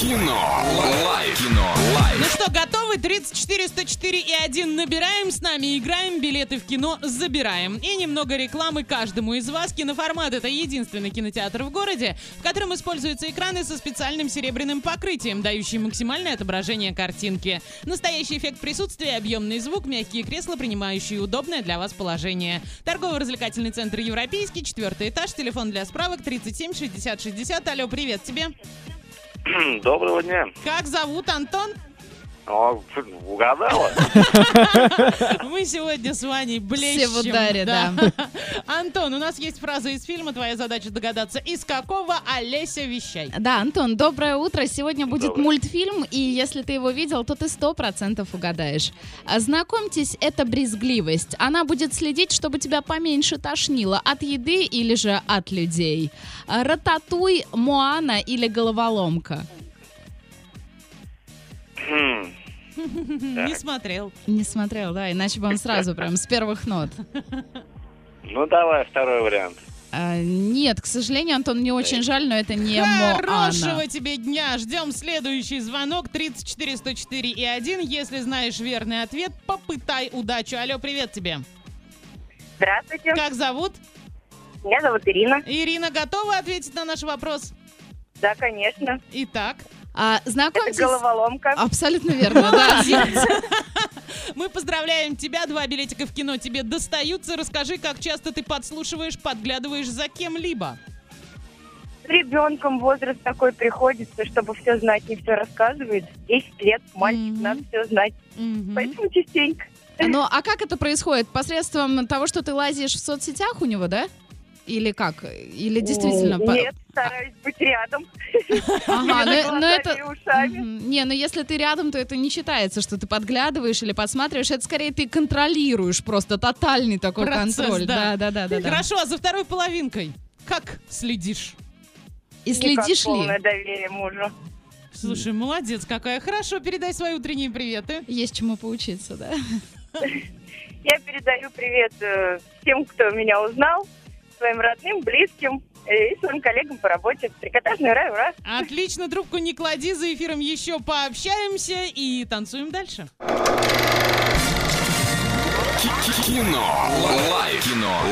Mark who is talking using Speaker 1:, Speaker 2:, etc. Speaker 1: Кино. Лайф. Кино.
Speaker 2: Ну
Speaker 1: Лайф.
Speaker 2: что, готовы? 34, 104 и 1 набираем. С нами играем, билеты в кино забираем. И немного рекламы каждому из вас. Киноформат — это единственный кинотеатр в городе, в котором используются экраны со специальным серебряным покрытием, дающие максимальное отображение картинки. Настоящий эффект присутствия, объемный звук, мягкие кресла, принимающие удобное для вас положение. Торгово-развлекательный центр «Европейский», четвертый этаж, телефон для справок 37 60 60. Алло, привет тебе.
Speaker 3: Доброго дня.
Speaker 2: Как зовут, Антон?
Speaker 3: О, угадала?
Speaker 2: Мы сегодня с Ваней блещем.
Speaker 4: в ударе,
Speaker 2: Антон, у нас есть фраза из фильма. Твоя задача догадаться, из какого Олеся вещай.
Speaker 4: Да, Антон, доброе утро. Сегодня будет
Speaker 3: Доброе.
Speaker 4: мультфильм, и если ты его видел, то ты сто процентов угадаешь. А, Знакомьтесь, это брезгливость. Она будет следить, чтобы тебя поменьше тошнило от еды или же от людей. А, Рататуй, Моана или головоломка.
Speaker 3: Хм,
Speaker 2: Не смотрел.
Speaker 4: Не смотрел, да, иначе бы он сразу прям с первых нот.
Speaker 3: Ну, давай второй вариант.
Speaker 4: А, Нет, к сожалению, Антон, мне очень жаль, но это не
Speaker 2: Хорошего
Speaker 4: Моана.
Speaker 2: тебе дня. Ждем следующий звонок 34 104 и 1. Если знаешь верный ответ, попытай удачу. Алло, привет тебе.
Speaker 5: Здравствуйте,
Speaker 2: Как зовут?
Speaker 5: меня зовут Ирина.
Speaker 2: Ирина готова ответить на наш вопрос?
Speaker 5: Да, конечно.
Speaker 2: Итак,
Speaker 4: А,
Speaker 5: Это
Speaker 4: Знакомьтесь...
Speaker 5: головоломка.
Speaker 4: Абсолютно верно, да.
Speaker 2: мы поздравляем тебя. Два билетика в кино тебе достаются. Расскажи, как часто ты подслушиваешь, подглядываешь за кем-либо.
Speaker 5: С ребенком возраст такой приходится, чтобы все знать, не все рассказывает. 10 лет, мальчик,
Speaker 4: Мгм.
Speaker 5: надо все знать.
Speaker 2: Мгм.
Speaker 5: Поэтому частенько.
Speaker 4: Ну, а как это происходит? Посредством того, что ты лазишь в соцсетях у него, да? Или как? Или действительно? по-
Speaker 5: Нет, стараюсь быть рядом.
Speaker 4: Ага, ну, ну
Speaker 5: Глазами
Speaker 4: это...
Speaker 5: и ушами.
Speaker 4: Мгм. Не, ну если ты рядом, то это не считается, что ты подглядываешь или подсматриваешь. Это скорее ты контролируешь просто тотальный такой
Speaker 2: Процесс,
Speaker 4: контроль.
Speaker 2: да.
Speaker 4: да, да, да, да.
Speaker 2: Хорошо, а за второй половинкой как следишь?
Speaker 4: И
Speaker 5: Никак
Speaker 4: следишь
Speaker 5: полное
Speaker 4: ли?
Speaker 5: доверие мужу.
Speaker 2: Слушай, молодец, какая хорошо. Передай свои утренние приветы.
Speaker 4: Есть чему поучиться, да?
Speaker 5: Я передаю привет э, всем, кто меня узнал, своим родным, близким э, и своим коллегам по работе. Трикотажный рай, ура!
Speaker 2: Отлично, трубку не клади, за эфиром еще пообщаемся и танцуем дальше.
Speaker 1: Ки- ки- Кино. Лайф. Кино.